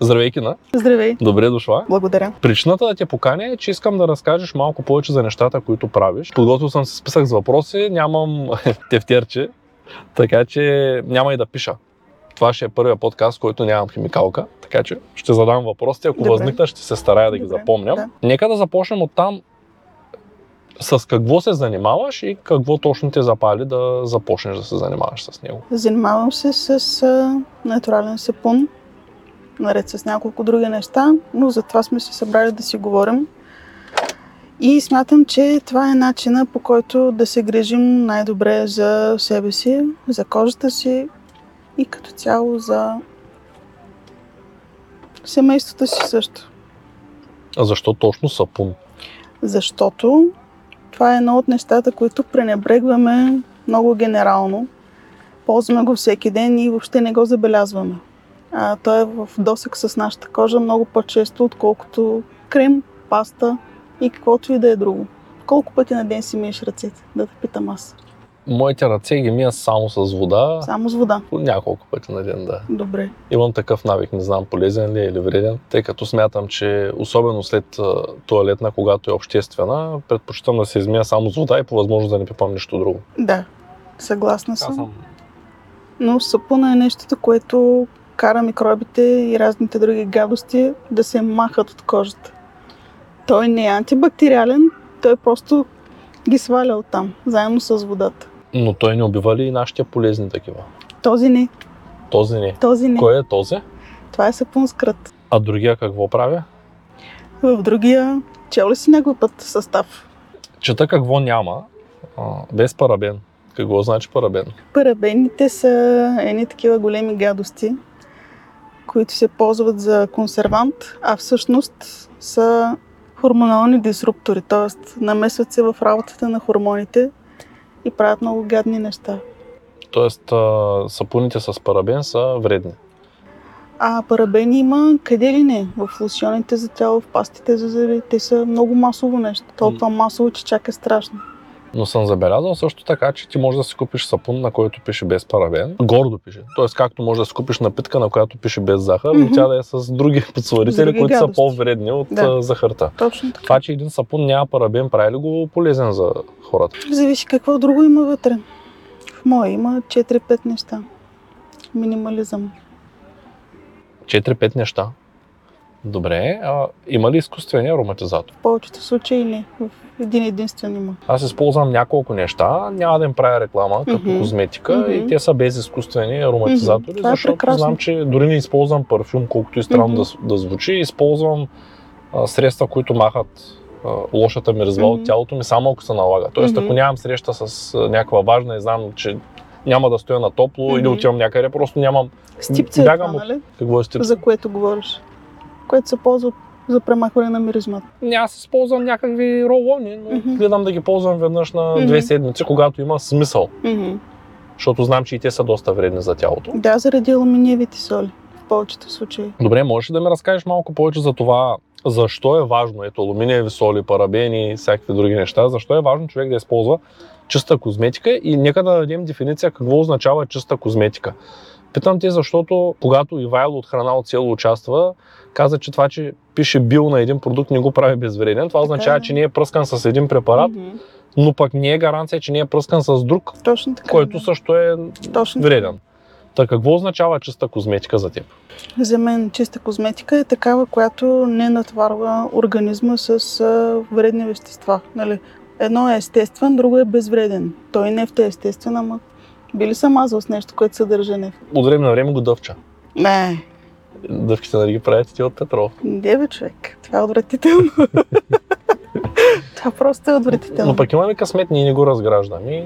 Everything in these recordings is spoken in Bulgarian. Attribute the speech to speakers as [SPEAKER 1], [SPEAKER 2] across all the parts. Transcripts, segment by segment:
[SPEAKER 1] Здравейкина,
[SPEAKER 2] Здравей!
[SPEAKER 1] добре дошла.
[SPEAKER 2] Благодаря.
[SPEAKER 1] Причината да те поканя е, че искам да разкажеш малко повече за нещата, които правиш. Подготвил съм си списък с въпроси, нямам тефтерче, така че няма и да пиша. Това ще е първия подкаст, който нямам химикалка, така че ще задам въпросите. Ако
[SPEAKER 2] Добре.
[SPEAKER 1] възникнат, ще се старая да ги
[SPEAKER 2] Добре,
[SPEAKER 1] запомня.
[SPEAKER 2] да.
[SPEAKER 1] Нека да започнем от там с какво се занимаваш и какво точно те запали да започнеш да се занимаваш с него.
[SPEAKER 2] Занимавам се с а, натурален сапун, наред с няколко други неща, но за това сме се събрали да си говорим. И смятам, че това е начина по който да се грижим най-добре за себе си, за кожата си и като цяло за семейството си също.
[SPEAKER 1] А защо точно сапун?
[SPEAKER 2] защото това е едно от нещата, които пренебрегваме много генерално. Ползваме го всеки ден и въобще не го забелязваме. А, той е в досек с нашата кожа много по-често, отколкото крем, паста и каквото и да е друго. Колко пъти на ден си миеш ръцете? Да те питам аз.
[SPEAKER 1] Моите ръце ги мия само с вода,
[SPEAKER 2] Само с вода.
[SPEAKER 1] няколко пъти на ден, да.
[SPEAKER 2] Добре.
[SPEAKER 1] Имам такъв навик, не знам полезен ли е или вреден, тъй като смятам, че особено след а, туалетна, когато е обществена, предпочитам да се измия само с вода и по възможност да не пипам нищо друго.
[SPEAKER 2] Да, съгласна съм. Но сапуна е нещото, което кара микробите и разните други гадости да се махат от кожата. Той не е антибактериален, той просто ги сваля оттам, заедно с водата.
[SPEAKER 1] Но той не убива ли и нашите полезни такива?
[SPEAKER 2] Този не,
[SPEAKER 1] Този не.
[SPEAKER 2] този не.
[SPEAKER 1] Кой е този?
[SPEAKER 2] Това е сапун с крът.
[SPEAKER 1] А другия какво прави?
[SPEAKER 2] В другия, чел ли си негов път състав?
[SPEAKER 1] Чета какво няма, а, без парабен. Какво значи парабен?
[SPEAKER 2] Парабените са едни такива големи гадости, които се ползват за консервант, а всъщност са хормонални дисруптори, т.е. намесват се в работата на хормоните и правят много гадни неща.
[SPEAKER 1] Тоест, а, сапуните с парабен са вредни.
[SPEAKER 2] А парабени има къде ли не? В лосионите за тяло, в пастите за зъби. Те са много масово нещо. Толкова масово, че чак е страшно.
[SPEAKER 1] Но съм забелязал също така, че ти можеш да си купиш сапун, на който пише без парабен. Гордо пише. Тоест, както можеш да си купиш напитка, на която пише без захар, но
[SPEAKER 2] Мгм.
[SPEAKER 1] тя да е с други
[SPEAKER 2] С
[SPEAKER 1] подсварители,
[SPEAKER 2] други
[SPEAKER 1] които са
[SPEAKER 2] гадости.
[SPEAKER 1] по-вредни от
[SPEAKER 2] Да.
[SPEAKER 1] а, захарта.
[SPEAKER 2] Точно така.
[SPEAKER 1] Това, че един сапун няма парабен, прави ли го полезен за хората?
[SPEAKER 2] Зависи какво друго има вътре. В моя има 4-5 неща. Минимализъм.
[SPEAKER 1] 4-5 неща. Добре, а има ли изкуствен ароматизатор?
[SPEAKER 2] В повечето случаи не. В един единствен има.
[SPEAKER 1] Аз използвам няколко неща, няма да им правя реклама, като
[SPEAKER 2] Мгм.
[SPEAKER 1] козметика, и
[SPEAKER 2] Мгм.
[SPEAKER 1] те са без изкуствени ароматизатори,
[SPEAKER 2] Мгм. Това е
[SPEAKER 1] защото
[SPEAKER 2] прекрасно.
[SPEAKER 1] знам, че дори не използвам парфюм, колкото и странно
[SPEAKER 2] Мгм.
[SPEAKER 1] да, с- да звучи, използвам а, средства, които махат а, лошата миризма от
[SPEAKER 2] Мгм.
[SPEAKER 1] тялото ми, само ако се налага. Тоест,
[SPEAKER 2] Мгм.
[SPEAKER 1] ако нямам среща с а, някаква важна и знам, че няма да стоя на топло или
[SPEAKER 2] Мгм.
[SPEAKER 1] отивам някъде, просто нямам
[SPEAKER 2] Стипце е
[SPEAKER 1] Бягам
[SPEAKER 2] това,
[SPEAKER 1] от-
[SPEAKER 2] нали?
[SPEAKER 1] какво е стип.
[SPEAKER 2] За което говориш. Което се ползва за премахване на миризмата.
[SPEAKER 1] Не, аз използвам някакви ролони, но
[SPEAKER 2] Мгм.
[SPEAKER 1] гледам да ги ползвам веднъж на две
[SPEAKER 2] Мгм.
[SPEAKER 1] седмици, когато има смисъл, защото знам, че и те са доста вредни за тялото.
[SPEAKER 2] Да, заради алуминиевите соли. В повечето случаи.
[SPEAKER 1] Добре, можеш ли да ми разкажеш малко повече за това, защо е важно, ето алуминиеви соли, парабени и всякакви други неща, защо е важно човек да използва чиста козметика и нека да дадем дефиниция какво означава чиста козметика. Питам те, защото когато Ивайло от храна от село участва, каза, че това, че пише бил на един продукт, не го прави безвреден. Това
[SPEAKER 2] Така
[SPEAKER 1] означава,
[SPEAKER 2] е.
[SPEAKER 1] че не е пръскан с един препарат,
[SPEAKER 2] Мгм.
[SPEAKER 1] но пък не е гаранция, че не е пръскан с друг,
[SPEAKER 2] Точно така.
[SPEAKER 1] който
[SPEAKER 2] да.
[SPEAKER 1] също е
[SPEAKER 2] Точно така.
[SPEAKER 1] вреден. Та какво означава чиста козметика за теб?
[SPEAKER 2] За мен чиста козметика е такава, която не натварва организма с а, вредни вещества. Нали? Едно е естествен, друго е безвреден. Той нефт е естествен, ама били съм мазал с нещо, което съдържа нефт.
[SPEAKER 1] От време на време го дъвча.
[SPEAKER 2] Не,
[SPEAKER 1] Дъвките нали ги правите ти от петрол.
[SPEAKER 2] не бе човек. Това е отвратително. Това просто е отвратително.
[SPEAKER 1] Но пък имаме късмет, ние не го разграждаме. И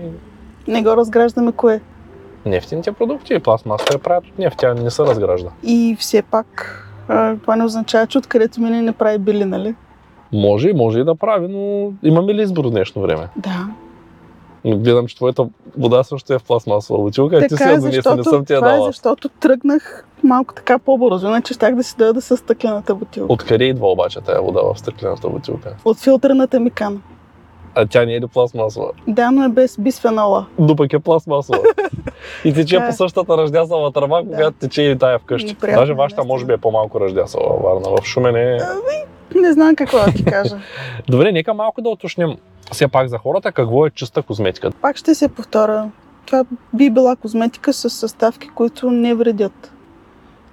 [SPEAKER 2] Не го разграждаме кое.
[SPEAKER 1] Нефтените продукти и пластмасата я правят от нефт, тя не се разгражда.
[SPEAKER 2] И все пак а, това не означава, че откъдето мине не прави били, нали?
[SPEAKER 1] Може и може и да прави, но имаме ли избор в днешно време?
[SPEAKER 2] Да.
[SPEAKER 1] Гледам, че твоята вода също е в пластмасова бутилка, и ти си
[SPEAKER 2] Така е,
[SPEAKER 1] я донесла, не
[SPEAKER 2] защото,
[SPEAKER 1] съм ти я
[SPEAKER 2] това е
[SPEAKER 1] дала.
[SPEAKER 2] защото тръгнах малко така по-бързо, иначе щях да си дойда с стъклената бутилка. От,
[SPEAKER 1] Откъде идва обаче тая вода в стъклената бутилка?
[SPEAKER 2] от филтърната ми кана.
[SPEAKER 1] А тя не е ли пластмасова?
[SPEAKER 2] Да, но е без бисфенола.
[SPEAKER 1] но пък е пластмасова. И тече
[SPEAKER 2] Да.
[SPEAKER 1] по същата ръждясала тръба,
[SPEAKER 2] е. Да.
[SPEAKER 1] когато тече и тая вкъщи.
[SPEAKER 2] Неприятно,
[SPEAKER 1] Даже вашата може би е по-малко ръждясала във Варна. В Шумен е...
[SPEAKER 2] Ами, Не знам какво да ти кажа.
[SPEAKER 1] Добре, нека малко да уточним все пак за хората какво е чиста козметика.
[SPEAKER 2] Пак ще се повторя. Това би била козметика с съставки, които не вредят,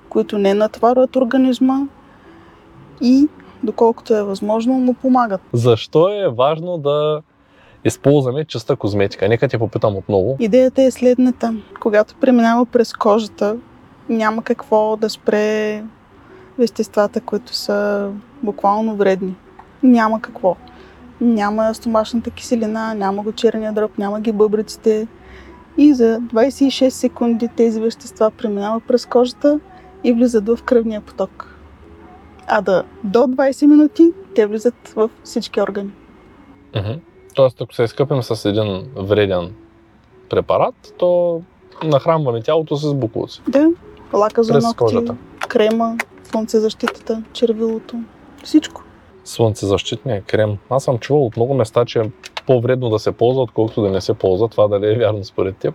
[SPEAKER 2] които не натварват организма и, доколкото е възможно, му помагат.
[SPEAKER 1] Защо е важно да използваме чиста козметика? Нека те попитам отново.
[SPEAKER 2] Идеята е следната. Когато преминава през кожата, няма какво да спре веществата, които са буквално вредни. Няма какво. Няма стомашната киселина, няма го черния дроб, няма ги бъбриците. И за 26 секунди тези вещества преминават през кожата и влизат в кръвния поток. А да, до 20 минути те влизат в всички органи.
[SPEAKER 1] Мгм. Тоест, ако се изкъпим с един вреден препарат, то нахранваме тялото с буклуци.
[SPEAKER 2] Да, лака за
[SPEAKER 1] През
[SPEAKER 2] ногти,
[SPEAKER 1] кожата.
[SPEAKER 2] крема, слънцезащитата, червилото, всичко.
[SPEAKER 1] Слънцезащитния крем. Аз съм чувал от много места, че е по-вредно да се ползва, отколкото да не се ползва. Това дали е вярно според теб.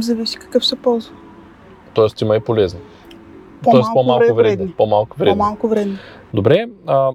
[SPEAKER 2] Зависи какъв се ползва.
[SPEAKER 1] Тоест има и полезни. Тоест по-малко вредни. По-малко вредни.
[SPEAKER 2] е. По-малко вредни.
[SPEAKER 1] Добре, а,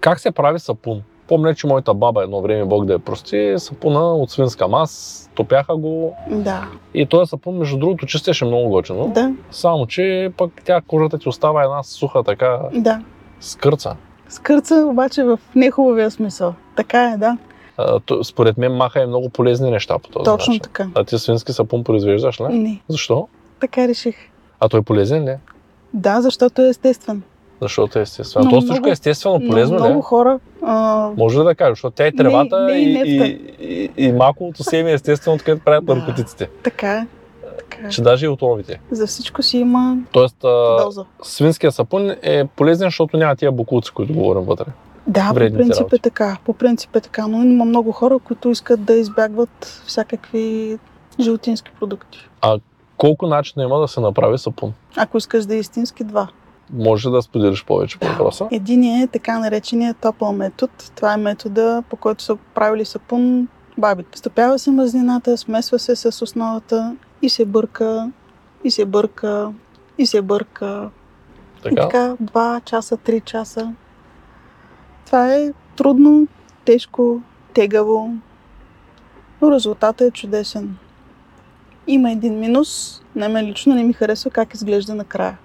[SPEAKER 1] как се прави сапун? Помня, че моята баба едно време, Бог да я прости, сапуна от свинска мас, топяха го.
[SPEAKER 2] Да,
[SPEAKER 1] И този сапун, между другото, чистеше много готино.
[SPEAKER 2] да,
[SPEAKER 1] Само, че пък тя кожата ти остава една суха така
[SPEAKER 2] да.
[SPEAKER 1] скърца.
[SPEAKER 2] Скърца обаче в нехубавия смисъл. Така е, да.
[SPEAKER 1] А, то- според мен маха е много полезни неща по този
[SPEAKER 2] Точно
[SPEAKER 1] начин.
[SPEAKER 2] така.
[SPEAKER 1] А ти свински сапун произвеждаш, не?
[SPEAKER 2] Не,
[SPEAKER 1] Защо?
[SPEAKER 2] така реших.
[SPEAKER 1] А той е полезен ли?
[SPEAKER 2] Да, защото е естествен.
[SPEAKER 1] Защото е естествено.
[SPEAKER 2] Но
[SPEAKER 1] То
[SPEAKER 2] много-
[SPEAKER 1] всичко е естествено,
[SPEAKER 2] Но
[SPEAKER 1] полезно ли?
[SPEAKER 2] много
[SPEAKER 1] е?
[SPEAKER 2] хора а,
[SPEAKER 1] Може ли да кажеш, защото тя е тревата
[SPEAKER 2] не и
[SPEAKER 1] и,
[SPEAKER 2] нефта.
[SPEAKER 1] и, и, и маковото семе е естествено, откъдето правят
[SPEAKER 2] Да.
[SPEAKER 1] наркотиците.
[SPEAKER 2] така е. Така е.
[SPEAKER 1] Че даже и отровите.
[SPEAKER 2] За всичко си има
[SPEAKER 1] Тоест, а,
[SPEAKER 2] доза.
[SPEAKER 1] свинския сапун е полезен, защото няма тия букулци, които говорим вътре.
[SPEAKER 2] Да, по
[SPEAKER 1] вредните
[SPEAKER 2] принцип е
[SPEAKER 1] работи.
[SPEAKER 2] така. По принцип е така, но има много хора, които искат да избягват всякакви животински продукти.
[SPEAKER 1] Колко начина има да се направи сапун?
[SPEAKER 2] Ако искаш да е истински, два.
[SPEAKER 1] Може да споделиш повече по въпроса.
[SPEAKER 2] Единият е така наречения топъл метод. Това е метода, по който са правили сапун бабите. Стопява се мазнината, смесва се с основата и се бърка, и се бърка, и се бърка. И
[SPEAKER 1] Така.
[SPEAKER 2] така 2 часа, 3 часа. Това е трудно, тежко, тегаво, но резултатът е чудесен. Има един минус, на мен лично не ми харесва как изглежда накрая,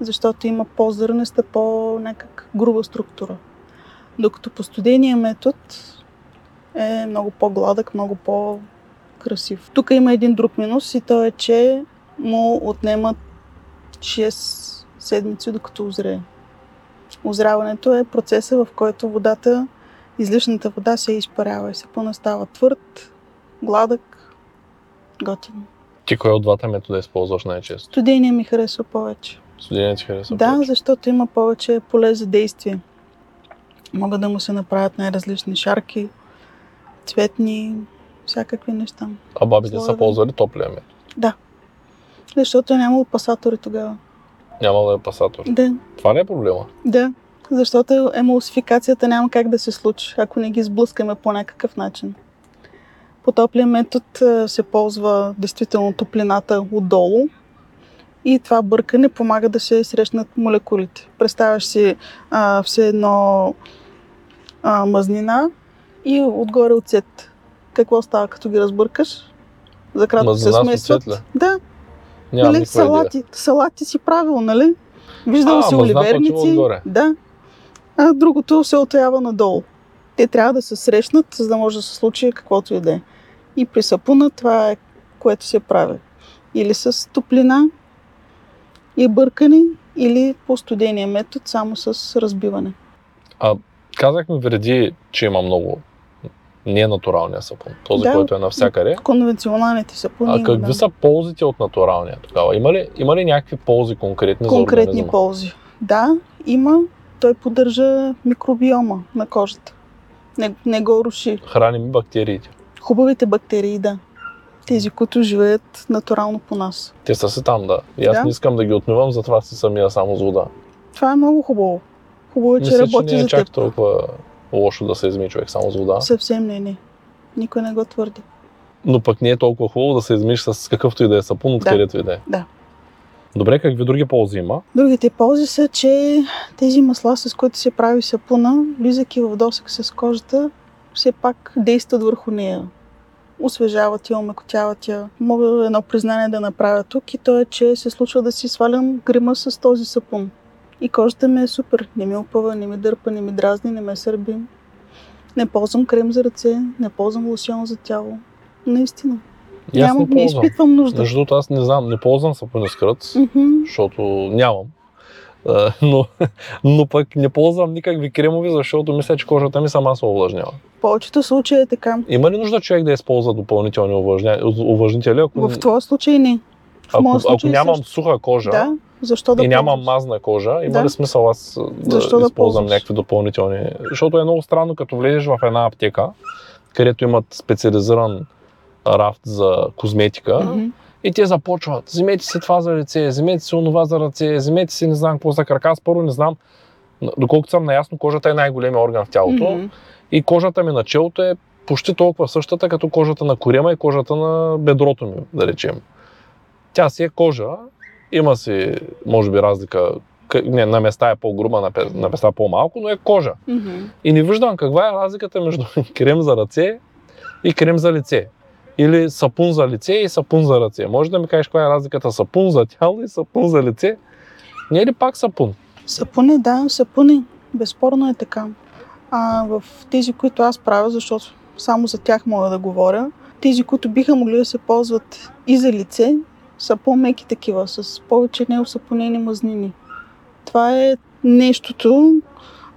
[SPEAKER 2] защото има по-зърнеста, по-някак груба структура. Докато по студения метод е много по-гладък, много по-красив. Тук има един друг минус и то е, че му отнемат 6 седмици, докато озрее. Озряването е процеса, в който водата, излишната вода се изпарява и се понастава твърд, гладък, готин.
[SPEAKER 1] Ти кой от двата метода използваш най-често?
[SPEAKER 2] Студения ми харесва повече.
[SPEAKER 1] Студения ти харесва
[SPEAKER 2] да,
[SPEAKER 1] повече.
[SPEAKER 2] защото има повече поле за действие. Могат да му се направят най-различни шарки, цветни, всякакви неща.
[SPEAKER 1] А бабите са
[SPEAKER 2] Слагам.
[SPEAKER 1] ползвали топлия метод.
[SPEAKER 2] Защото няма пасатори тогава.
[SPEAKER 1] Няма да е пасатор.
[SPEAKER 2] Да,
[SPEAKER 1] Това не е проблема.
[SPEAKER 2] Да, защото емулсификацията няма как да се случи, ако не ги сблъскаме по някакъв начин. По топлия метод а, се ползва действително топлината отдолу и това бъркане помага да се срещнат молекулите. Представяш си а, все едно а, мазнина и отгоре оцет. Какво става като ги разбъркаш? За кратко се
[SPEAKER 1] Мазнина с
[SPEAKER 2] смесват.
[SPEAKER 1] оцет ли?
[SPEAKER 2] Да,
[SPEAKER 1] Нямам
[SPEAKER 2] нали,
[SPEAKER 1] никаква идея.
[SPEAKER 2] салати, салати си правил, нали? Виждал
[SPEAKER 1] А,
[SPEAKER 2] си
[SPEAKER 1] мазнато отива
[SPEAKER 2] оливерници.
[SPEAKER 1] отгоре.
[SPEAKER 2] Да. А другото се отоява надолу. Те трябва да се срещнат, за да може да се случи каквото и да е. И при сапуна това е което се прави. Или с топлина и бъркане, или по студения метод, само с разбиване.
[SPEAKER 1] Казахме преди, че има много ненатуралния сапун, този,
[SPEAKER 2] Да.
[SPEAKER 1] който е навсякъде.
[SPEAKER 2] Конвенционалните сапуни
[SPEAKER 1] А
[SPEAKER 2] има,
[SPEAKER 1] какви
[SPEAKER 2] да.
[SPEAKER 1] са ползите от натуралния тогава? Има ли, има ли някакви ползи конкретни, за
[SPEAKER 2] конкретни
[SPEAKER 1] организма?
[SPEAKER 2] ползи? Да, има. Той поддържа микробиома на кожата. Не, не го руши.
[SPEAKER 1] Храним и бактериите.
[SPEAKER 2] Хубавите бактерии, да. Тези, които живеят натурално по нас.
[SPEAKER 1] Те са си там, да. И аз
[SPEAKER 2] Да.
[SPEAKER 1] не искам да ги отмивам, затова си самия само злода.
[SPEAKER 2] Това е много хубаво. Хубаво е, че
[SPEAKER 1] Мисля, че
[SPEAKER 2] работи
[SPEAKER 1] не е
[SPEAKER 2] за
[SPEAKER 1] чак
[SPEAKER 2] теб.
[SPEAKER 1] толкова лошо да се измие човек само с вода.
[SPEAKER 2] Съвсем не, не. Никой не го твърди.
[SPEAKER 1] Но пък не е толкова хубаво да се измиеш с какъвто и да е сапун, откъдето и да е.
[SPEAKER 2] Да.
[SPEAKER 1] Добре, какви други ползи има?
[SPEAKER 2] Другите ползи са, че тези масла, с които се прави сапуна, влизайки в досек с кожата, все пак действат върху нея. Освежават я, омекотяват я. Мога едно признание да направя тук и то е, че се случва да си свалям грима с този сапун. И кожата ми е супер. Не ми опъва, не ми дърпа, не ми дразни, не ме сърби. Не ползвам крем за ръце, не ползвам лосьон за тяло. Наистина.
[SPEAKER 1] И аз
[SPEAKER 2] Нямам,
[SPEAKER 1] не
[SPEAKER 2] не,
[SPEAKER 1] ползвам.
[SPEAKER 2] изпитвам нужда.
[SPEAKER 1] Между другото, аз не знам, не ползвам сапуна с кръц,
[SPEAKER 2] Мгм.
[SPEAKER 1] защото нямам. А, Но, но пък не ползвам никакви кремови, защото мисля, че кожата ми сама се увлажнява.
[SPEAKER 2] В повечето случаи е така.
[SPEAKER 1] Има ли нужда човек да използва допълнителни увлажня... увлажнители, ако,
[SPEAKER 2] В твоя случай не. В
[SPEAKER 1] ако,
[SPEAKER 2] моя
[SPEAKER 1] ако
[SPEAKER 2] случай
[SPEAKER 1] нямам
[SPEAKER 2] също.
[SPEAKER 1] суха кожа
[SPEAKER 2] Да, защо да
[SPEAKER 1] и нямам
[SPEAKER 2] ползваш?
[SPEAKER 1] мазна кожа, има
[SPEAKER 2] Да.
[SPEAKER 1] ли смисъл аз да
[SPEAKER 2] Защо да
[SPEAKER 1] използвам
[SPEAKER 2] ползваш?
[SPEAKER 1] някакви допълнителни? Защото е много странно, като влезеш в една аптека, където имат специализиран рафт за козметика,
[SPEAKER 2] Мгм.
[SPEAKER 1] И те започват. Вземете си това за лице, вземете си онова за ръце, вземете си не знам какво за крака. Аз първо не знам, доколкото съм наясно, кожата е най-големия орган в тялото.
[SPEAKER 2] Мгм.
[SPEAKER 1] И кожата ми на челото е почти толкова същата, като кожата на корема и кожата на бедрото ми, да речем. Тя си е кожа, има си, може би, разлика. К- Не, на места е по-груба, на пе- на места по-малко, но е кожа.
[SPEAKER 2] Мгм.
[SPEAKER 1] И не виждам каква е разликата между крем за ръце и крем за лице. Или сапун за лице и сапун за ръце. Може да ми кажеш каква е разликата сапун за тяло и сапун за лице? Не е ли пак сапун?
[SPEAKER 2] Сапуни, да, сапуни. Безспорно е така. А в тези, които аз правя, защото само за тях мога да говоря, тези, които биха могли да се ползват и за лице, са по-меки такива, с повече неосапонени мазнини. Това е нещото,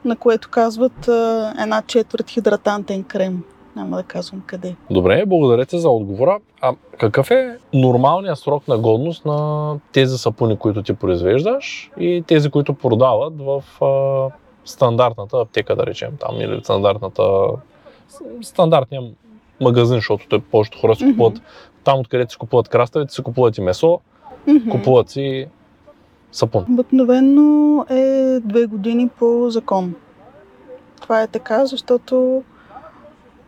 [SPEAKER 2] на което казват а, една четвърт хидратантен крем. Няма да казвам къде.
[SPEAKER 1] Добре, благодаря ти за отговора. А какъв е нормалният срок на годност на тези сапуни, които ти произвеждаш и тези, които продават в а, стандартната аптека, да речем, там или в стандартната стандартния магазин, защото те повечето хора си
[SPEAKER 2] Мгм.
[SPEAKER 1] купуват там, откъдето си купуват краставите, си купуват и месо,
[SPEAKER 2] Мгм.
[SPEAKER 1] купуват си сапун.
[SPEAKER 2] Обикновено е две години по закон. Това е така, защото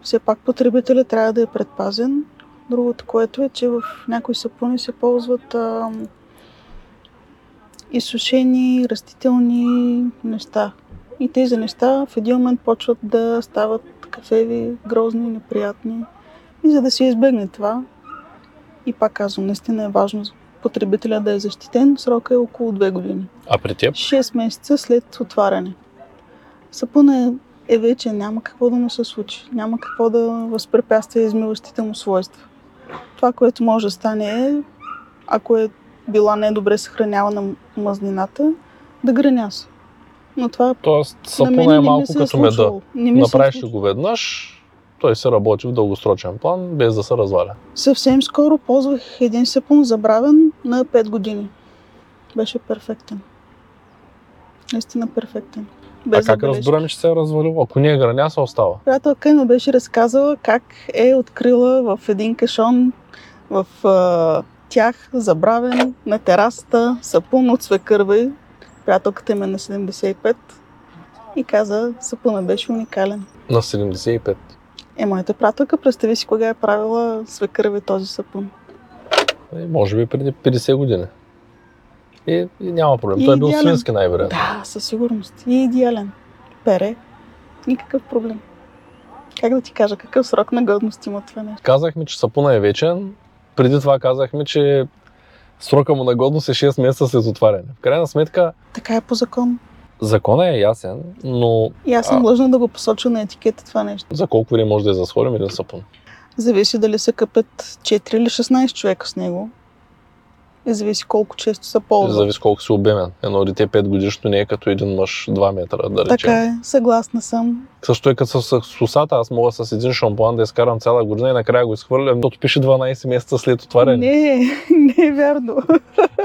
[SPEAKER 2] все пак потребителят трябва да е предпазен. Другото, което е, че в някои сапуни се ползват ам, изсушени растителни неща. И тези неща в един момент почват да стават кафеви, грозни, неприятни. И за да се избегне това, и пак казвам, наистина е важно потребителя да е защитен, срока е около 2 години.
[SPEAKER 1] А при теб?
[SPEAKER 2] 6 месеца след отваряне. Сапуна е, е вече, няма какво да му се случи. Няма какво да възпрепятства измиващите му свойства. Това, което може да стане е, ако е била недобре съхранявана мазнината, да граняса. Но това
[SPEAKER 1] Тоест
[SPEAKER 2] на мен
[SPEAKER 1] сапуна е
[SPEAKER 2] не ми
[SPEAKER 1] малко
[SPEAKER 2] се е
[SPEAKER 1] като меда.
[SPEAKER 2] случвало. Не ми се е
[SPEAKER 1] Направиш ли
[SPEAKER 2] случвало.
[SPEAKER 1] го веднъж, той се работи в дългосрочен план, без да се разваля.
[SPEAKER 2] Съвсем скоро ползвах един сапун забравен на 5 години. Беше перфектен. Наистина перфектен.
[SPEAKER 1] А как
[SPEAKER 2] забележки.
[SPEAKER 1] разбираме, че се е развалил? Ако не е граняса, остава.
[SPEAKER 2] Приятелка ми беше разказала как е открила в един кашон в а, тях, забравен на терасата, сапун от свекърва. Приятелката ми е на 75 и каза, сапуна беше уникален.
[SPEAKER 1] На 75.
[SPEAKER 2] Е, моята приятелка, представи си кога е правила свекърви този сапун.
[SPEAKER 1] Е, може би преди 50 години. И, и няма проблем. Той е бил
[SPEAKER 2] Идеален.
[SPEAKER 1] свински най-вероятно.
[SPEAKER 2] Да, със сигурност. И е идеален. Пере. Никакъв проблем. Как да ти кажа, какъв срок на годност има това нещо?
[SPEAKER 1] Казахме, че сапуна е вечен. Преди това казахме, че срока му на годност е 6 месеца след отваряне. В крайна сметка,
[SPEAKER 2] Така е по закон.
[SPEAKER 1] закона е ясен, но
[SPEAKER 2] И аз
[SPEAKER 1] А.
[SPEAKER 2] съм длъжна да го посоча на етикета това нещо.
[SPEAKER 1] за колко време може да изразходим един сапун?
[SPEAKER 2] Зависи дали се къпят 4 или 16 човека с него. И зависи колко често са ползва.
[SPEAKER 1] Зависи колко си обемен. Едно дете 5 годишно не е като един мъж 2 метра, да речем.
[SPEAKER 2] Така е, съгласна съм.
[SPEAKER 1] Също е като с, с усата, аз мога с един шампуан да изкарам цяла година и накрая го изхвърлям, защото пише 12 месеца след отваряне.
[SPEAKER 2] Не, не е вярно.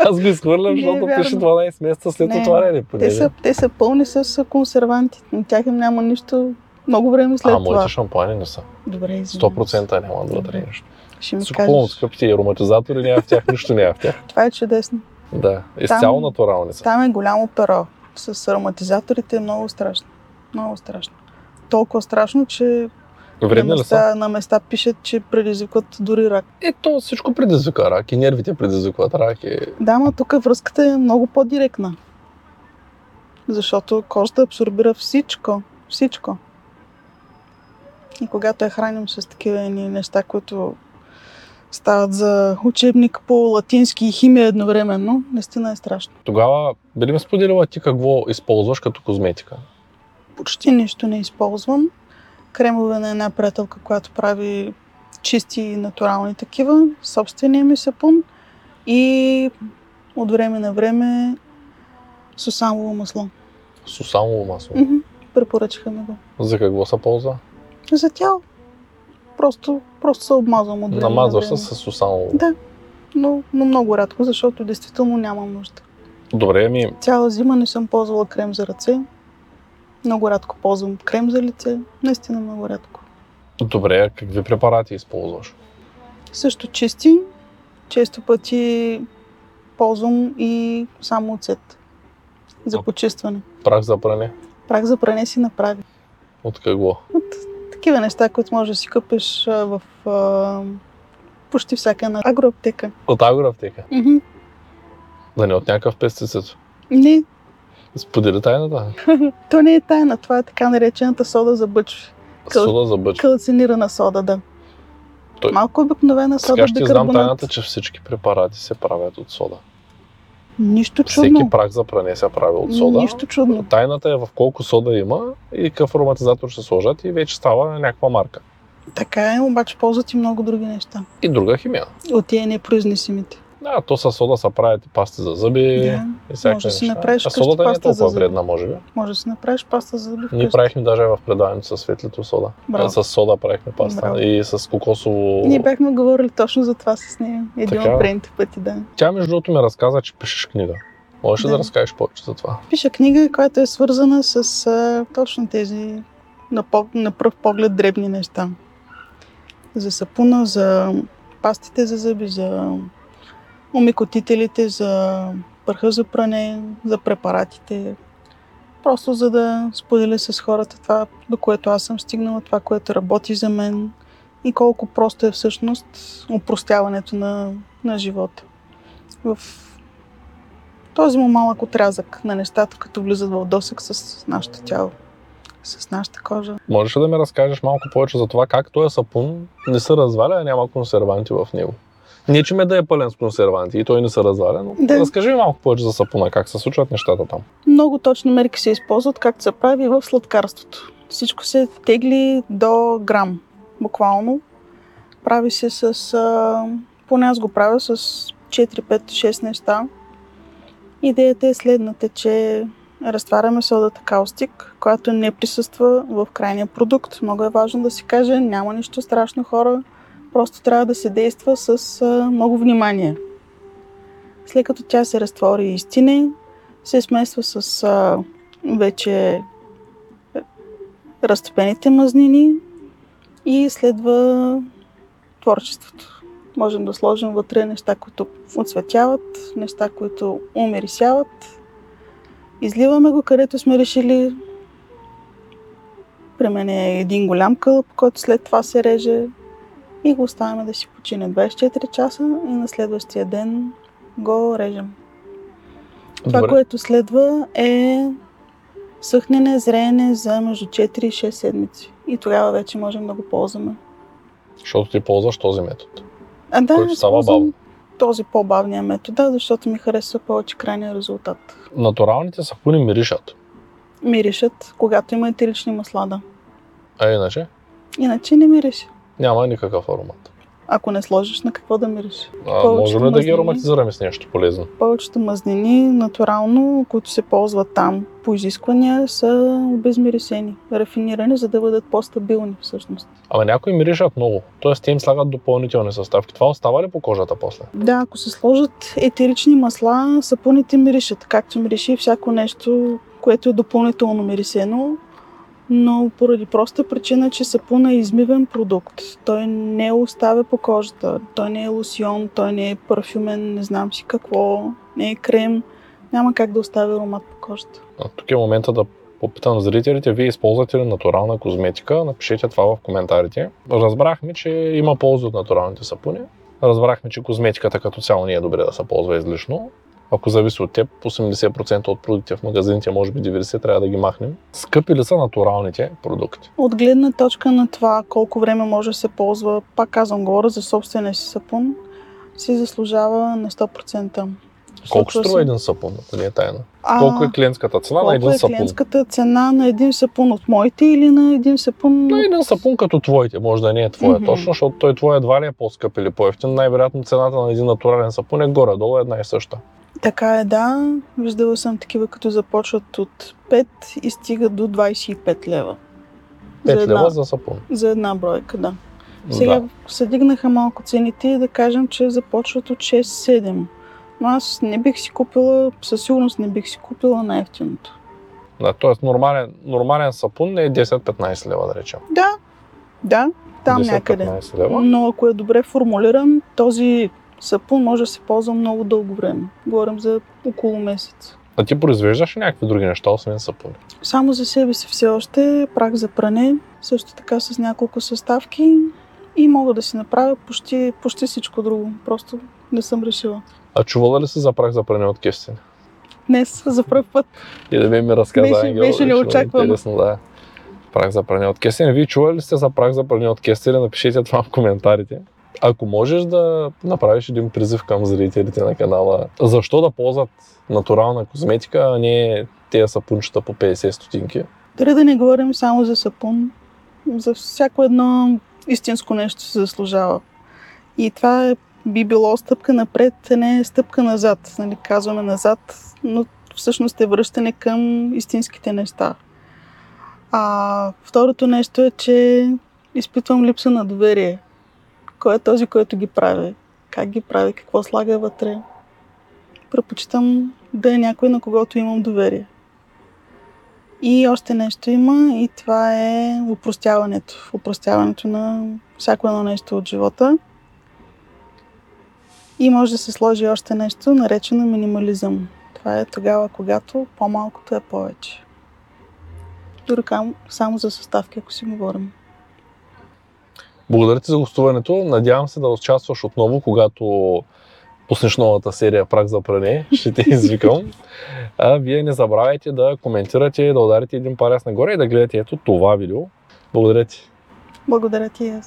[SPEAKER 1] Аз го изхвърлям,
[SPEAKER 2] Не е
[SPEAKER 1] защото пише
[SPEAKER 2] вярно.
[SPEAKER 1] 12 месеца след
[SPEAKER 2] Не.
[SPEAKER 1] отваряне.
[SPEAKER 2] Те
[SPEAKER 1] понеже-
[SPEAKER 2] са, те са пълни с консерванти. На тях им няма нищо много време след
[SPEAKER 1] а,
[SPEAKER 2] това.
[SPEAKER 1] моите шампуани не са.
[SPEAKER 2] Добре, извинявам
[SPEAKER 1] 100% няма вътре нещо.
[SPEAKER 2] Ще ми
[SPEAKER 1] Сукупно
[SPEAKER 2] кажеш.
[SPEAKER 1] скъпите ароматизатори няма в тях, нищо няма в тях.
[SPEAKER 2] Това е чудесно.
[SPEAKER 1] Да, изцяло натурални са.
[SPEAKER 2] Там е голямо перо. С ароматизаторите е много страшно. Много страшно. толкова страшно, че
[SPEAKER 1] Вредни
[SPEAKER 2] на,
[SPEAKER 1] ли са?
[SPEAKER 2] места, на места пишат, че предизвикват дори рак.
[SPEAKER 1] Е, то всичко предизвика рак и нервите предизвикват рак. И...
[SPEAKER 2] Да, но тук връзката е много по-директна. Защото кожата абсорбира всичко. Всичко. И когато я храним с такива едни неща, които стават за учебник по латински и химия едновременно, наистина е страшно.
[SPEAKER 1] Тогава, били ме споделила ти какво използваш като козметика?
[SPEAKER 2] Почти нищо не използвам. Кремове на една приятелка, която прави чисти и натурални такива, собствения ми сапун и от време на време сусамово масло.
[SPEAKER 1] Сусамово масло.
[SPEAKER 2] Мгм. Препоръчаха ми го.
[SPEAKER 1] За какво се ползва?
[SPEAKER 2] За тяло. Просто, просто се обмазвам от време на
[SPEAKER 1] Намазваш се
[SPEAKER 2] време.
[SPEAKER 1] с сусамово.
[SPEAKER 2] Да. Но, но много рядко, защото действително нямам нужда.
[SPEAKER 1] Добре, ами, ми
[SPEAKER 2] Цяла зима не съм ползвала крем за ръце. Много рядко ползвам крем за лице. Наистина много рядко.
[SPEAKER 1] Добре, а какви препарати използваш?
[SPEAKER 2] Също чисти. Често пъти ползвам и само оцет за
[SPEAKER 1] Оп.
[SPEAKER 2] почистване.
[SPEAKER 1] Прах за пране?
[SPEAKER 2] Прах за пране си направи.
[SPEAKER 1] От какво?
[SPEAKER 2] такива неща, които можеш да си купиш а, в а, почти всяка една агроаптека.
[SPEAKER 1] От агроаптека.
[SPEAKER 2] Мгм.
[SPEAKER 1] Да не от някакъв пестицид.
[SPEAKER 2] Не,
[SPEAKER 1] Сподели тайната.
[SPEAKER 2] то не е тайна. Това е така наречената сода за бъчви. Къл-
[SPEAKER 1] Сода за бъч.
[SPEAKER 2] Калцинирана сода, да.
[SPEAKER 1] Той-
[SPEAKER 2] Малко обикновена сода
[SPEAKER 1] Сега ще ти знам
[SPEAKER 2] бикарбонат.
[SPEAKER 1] тайната, че всички препарати се правят от сода.
[SPEAKER 2] Нищо чудно.
[SPEAKER 1] Всеки прах за пране се прави от сода.
[SPEAKER 2] Нищо чудно.
[SPEAKER 1] Тайната е в колко сода има и какъв ароматизатор ще сложат и вече става някаква марка.
[SPEAKER 2] Така е, обаче ползват и много други неща.
[SPEAKER 1] И друга химия.
[SPEAKER 2] От тия непроизнесимите.
[SPEAKER 1] Да, то с сода са правят и пасти за зъби
[SPEAKER 2] Да.
[SPEAKER 1] и всякакви
[SPEAKER 2] Може да си
[SPEAKER 1] неща.
[SPEAKER 2] направиш
[SPEAKER 1] а содата не е
[SPEAKER 2] къщи паста за
[SPEAKER 1] толкова
[SPEAKER 2] зъби.
[SPEAKER 1] вредна, може би.
[SPEAKER 2] Може да си направиш паста за зъби
[SPEAKER 1] Ние
[SPEAKER 2] вкъщи.
[SPEAKER 1] правихме даже в предаването с светлито сода.
[SPEAKER 2] Браво.
[SPEAKER 1] А, С сода Е, правихме паста
[SPEAKER 2] Браво.
[SPEAKER 1] и с кокосово.
[SPEAKER 2] Ние бяхме говорили точно за това с нея. Един
[SPEAKER 1] Така.
[SPEAKER 2] от предните пъти, да.
[SPEAKER 1] Тя между другото ми разказа, че пишеш книга. Можеш ли да
[SPEAKER 2] Да.
[SPEAKER 1] разкажеш повече за това?
[SPEAKER 2] Пиша книга, която е свързана с а, точно тези на, по, на пръв поглед дребни неща. За сапуна, за пастите за зъби, за умикотителите, за пърха за пране, за препаратите. Просто за да споделя с хората това, до което аз съм стигнала, това, което работи за мен и колко просто е всъщност упростяването на, на живота. В този му е малък отрязък на нещата, като влизат в досек с нашето тяло, с нашата кожа.
[SPEAKER 1] Можеш ли да ми разкажеш малко повече за това как този сапун не се разваля, а няма консерванти в него? Не, че ме да е пълен с консерванти и той не се разваля, но
[SPEAKER 2] Да.
[SPEAKER 1] разкажи ми малко повече за сапуна, как се случват нещата там.
[SPEAKER 2] Много точни мерки се използват, както се прави в сладкарството. Всичко се тегли до грам, буквално. Прави се с... А, поне аз го правя с 4, 5, 6 неща. Идеята е следната, че разтваряме содата каустик, която не присъства в крайния продукт. Много е важно да се каже, няма нищо страшно хора, просто трябва да се действа с а, много внимание. След като тя се разтвори и изтине, се смесва с а, вече е, разтопените мазнини и следва творчеството. Можем да сложим вътре неща, които отцветяват, неща, които умирисяват. Изливаме го където сме решили. При мен е един голям кълъп, който след това се реже и го оставяме да си почине 24 часа и на следващия ден го режем. Това,
[SPEAKER 1] Добре.
[SPEAKER 2] което следва е съхнене, зреене за между 4 и 6 седмици. И тогава вече можем да го ползваме.
[SPEAKER 1] Защото ти ползваш този метод,
[SPEAKER 2] А да,
[SPEAKER 1] който става
[SPEAKER 2] използвам
[SPEAKER 1] бавно.
[SPEAKER 2] Този по-бавния метод, да, защото ми харесва повече крайния резултат.
[SPEAKER 1] Натуралните сапуни миришат,
[SPEAKER 2] Миришат, когато има етерични масла, да.
[SPEAKER 1] а иначе
[SPEAKER 2] Иначе не мириш.
[SPEAKER 1] няма никакъв аромат.
[SPEAKER 2] Ако не сложиш, на какво да мириш?
[SPEAKER 1] А, можем
[SPEAKER 2] Повечето
[SPEAKER 1] ли да ги
[SPEAKER 2] мазнини.
[SPEAKER 1] ароматизираме с нещо полезно?
[SPEAKER 2] Повечето мазнини, натурално, които се ползват там по изисквания, са обезмирисени, рафинирани, за да бъдат по-стабилни всъщност.
[SPEAKER 1] Ама някои миришат много, т.е. те им слагат допълнителни съставки. Това остава ли по кожата после?
[SPEAKER 2] Да, ако се сложат етерични масла, сапуните миришат, както мириши всяко нещо, което е допълнително мирисено, но поради проста причина, че сапуна е измивен продукт. Той не оставя по кожата, той не е лосион, той не е парфюмен, не знам си какво, не е крем. Няма как да остави аромат по кожата.
[SPEAKER 1] А, тук е момента да попитам зрителите, вие използвате ли натурална козметика? Напишете това в коментарите. Разбрахме, че има полза от натуралните сапуни. Разбрахме, че козметиката като цяло не е добре да се ползва излишно. Ако зависи от теб, 80% от продуктите в магазините, може би 90% трябва да ги махнем. Скъпи ли са натуралните продукти?
[SPEAKER 2] От гледна точка на това колко време може да се ползва, пак казвам, говоря за собствения си сапун, си заслужава на 100%.
[SPEAKER 1] Колко
[SPEAKER 2] Защото
[SPEAKER 1] струва
[SPEAKER 2] си-
[SPEAKER 1] един сапун, ако не е тайна?
[SPEAKER 2] А,
[SPEAKER 1] Колко е клиентската цена на
[SPEAKER 2] колко
[SPEAKER 1] един
[SPEAKER 2] е
[SPEAKER 1] сапун?
[SPEAKER 2] клиентската цена на един сапун от моите или на един сапун
[SPEAKER 1] На един сапун като твоите, може да не е твоя
[SPEAKER 2] Мгм.
[SPEAKER 1] точно, защото той твоя едва ли е по-скъп или по-ефтин. Най-вероятно цената на един натурален сапун е горе-долу една и съща.
[SPEAKER 2] Така е, да. Виждала съм такива, като започват от 5 и стигат до 25 лева.
[SPEAKER 1] 5
[SPEAKER 2] за, една,
[SPEAKER 1] лева за сапун.
[SPEAKER 2] за една бройка, да. Сега
[SPEAKER 1] Да.
[SPEAKER 2] да. се дигнаха малко цените и да кажем, че започват от 6-7. Но аз не бих си купила, със сигурност не бих си купила най-ефтиното.
[SPEAKER 1] да. Тоест нормален, нормален сапун не е 10-15 лева, да речем.
[SPEAKER 2] Да, да, там
[SPEAKER 1] 10-15
[SPEAKER 2] някъде.
[SPEAKER 1] лева.
[SPEAKER 2] Но ако е добре формулиран, този сапун може да се ползва много дълго време. Говорим за около месец.
[SPEAKER 1] А ти произвеждаш ли някакви други неща, освен сапуни?
[SPEAKER 2] Само за себе си все още прах за пране, също така с няколко съставки и мога да си направя почти, почти всичко друго. Просто не съм решила.
[SPEAKER 1] А чувала ли си за прах за пране от кистин?
[SPEAKER 2] Днес за първ път
[SPEAKER 1] И да ми ми разказа
[SPEAKER 2] Беше-
[SPEAKER 1] Ангел.
[SPEAKER 2] беше
[SPEAKER 1] лично ми е
[SPEAKER 2] неочаквано.
[SPEAKER 1] Интересно, да. Прах за пране от кестен. Вие чували ли сте за прах за пране от кестен? Напишете това в коментарите. Ако можеш да направиш един призив към зрителите на канала, защо да ползват натурална козметика, а не тези сапунчета по 50 стотинки?
[SPEAKER 2] Дори да не говорим само за сапун, за всяко едно истинско нещо се заслужава. И това е- би било стъпка напред, а не стъпка назад. Нали, казваме назад, но всъщност е връщане към истинските неща. А второто нещо е, че изпитвам липса на доверие. Кой е този, който ги прави? Как ги прави? Какво слага вътре? Предпочитам да е някой, на когото имам доверие. И още нещо има и това е упростяването. Упростяването на всяко едно нещо от живота. И може да се сложи още нещо, наречено минимализъм. Това е тогава, когато по-малкото е повече. Дори кам- само за съставки, ако си говорим.
[SPEAKER 1] Благодаря ти за гостуването. Надявам се да участваш отново, когато пуснеш новата серия Прак за пране. Ще те извикам. А вие не забравяйте да коментирате, да ударите един палец нагоре и да гледате ето това видео. Благодаря ти.
[SPEAKER 2] Благодаря ти и аз.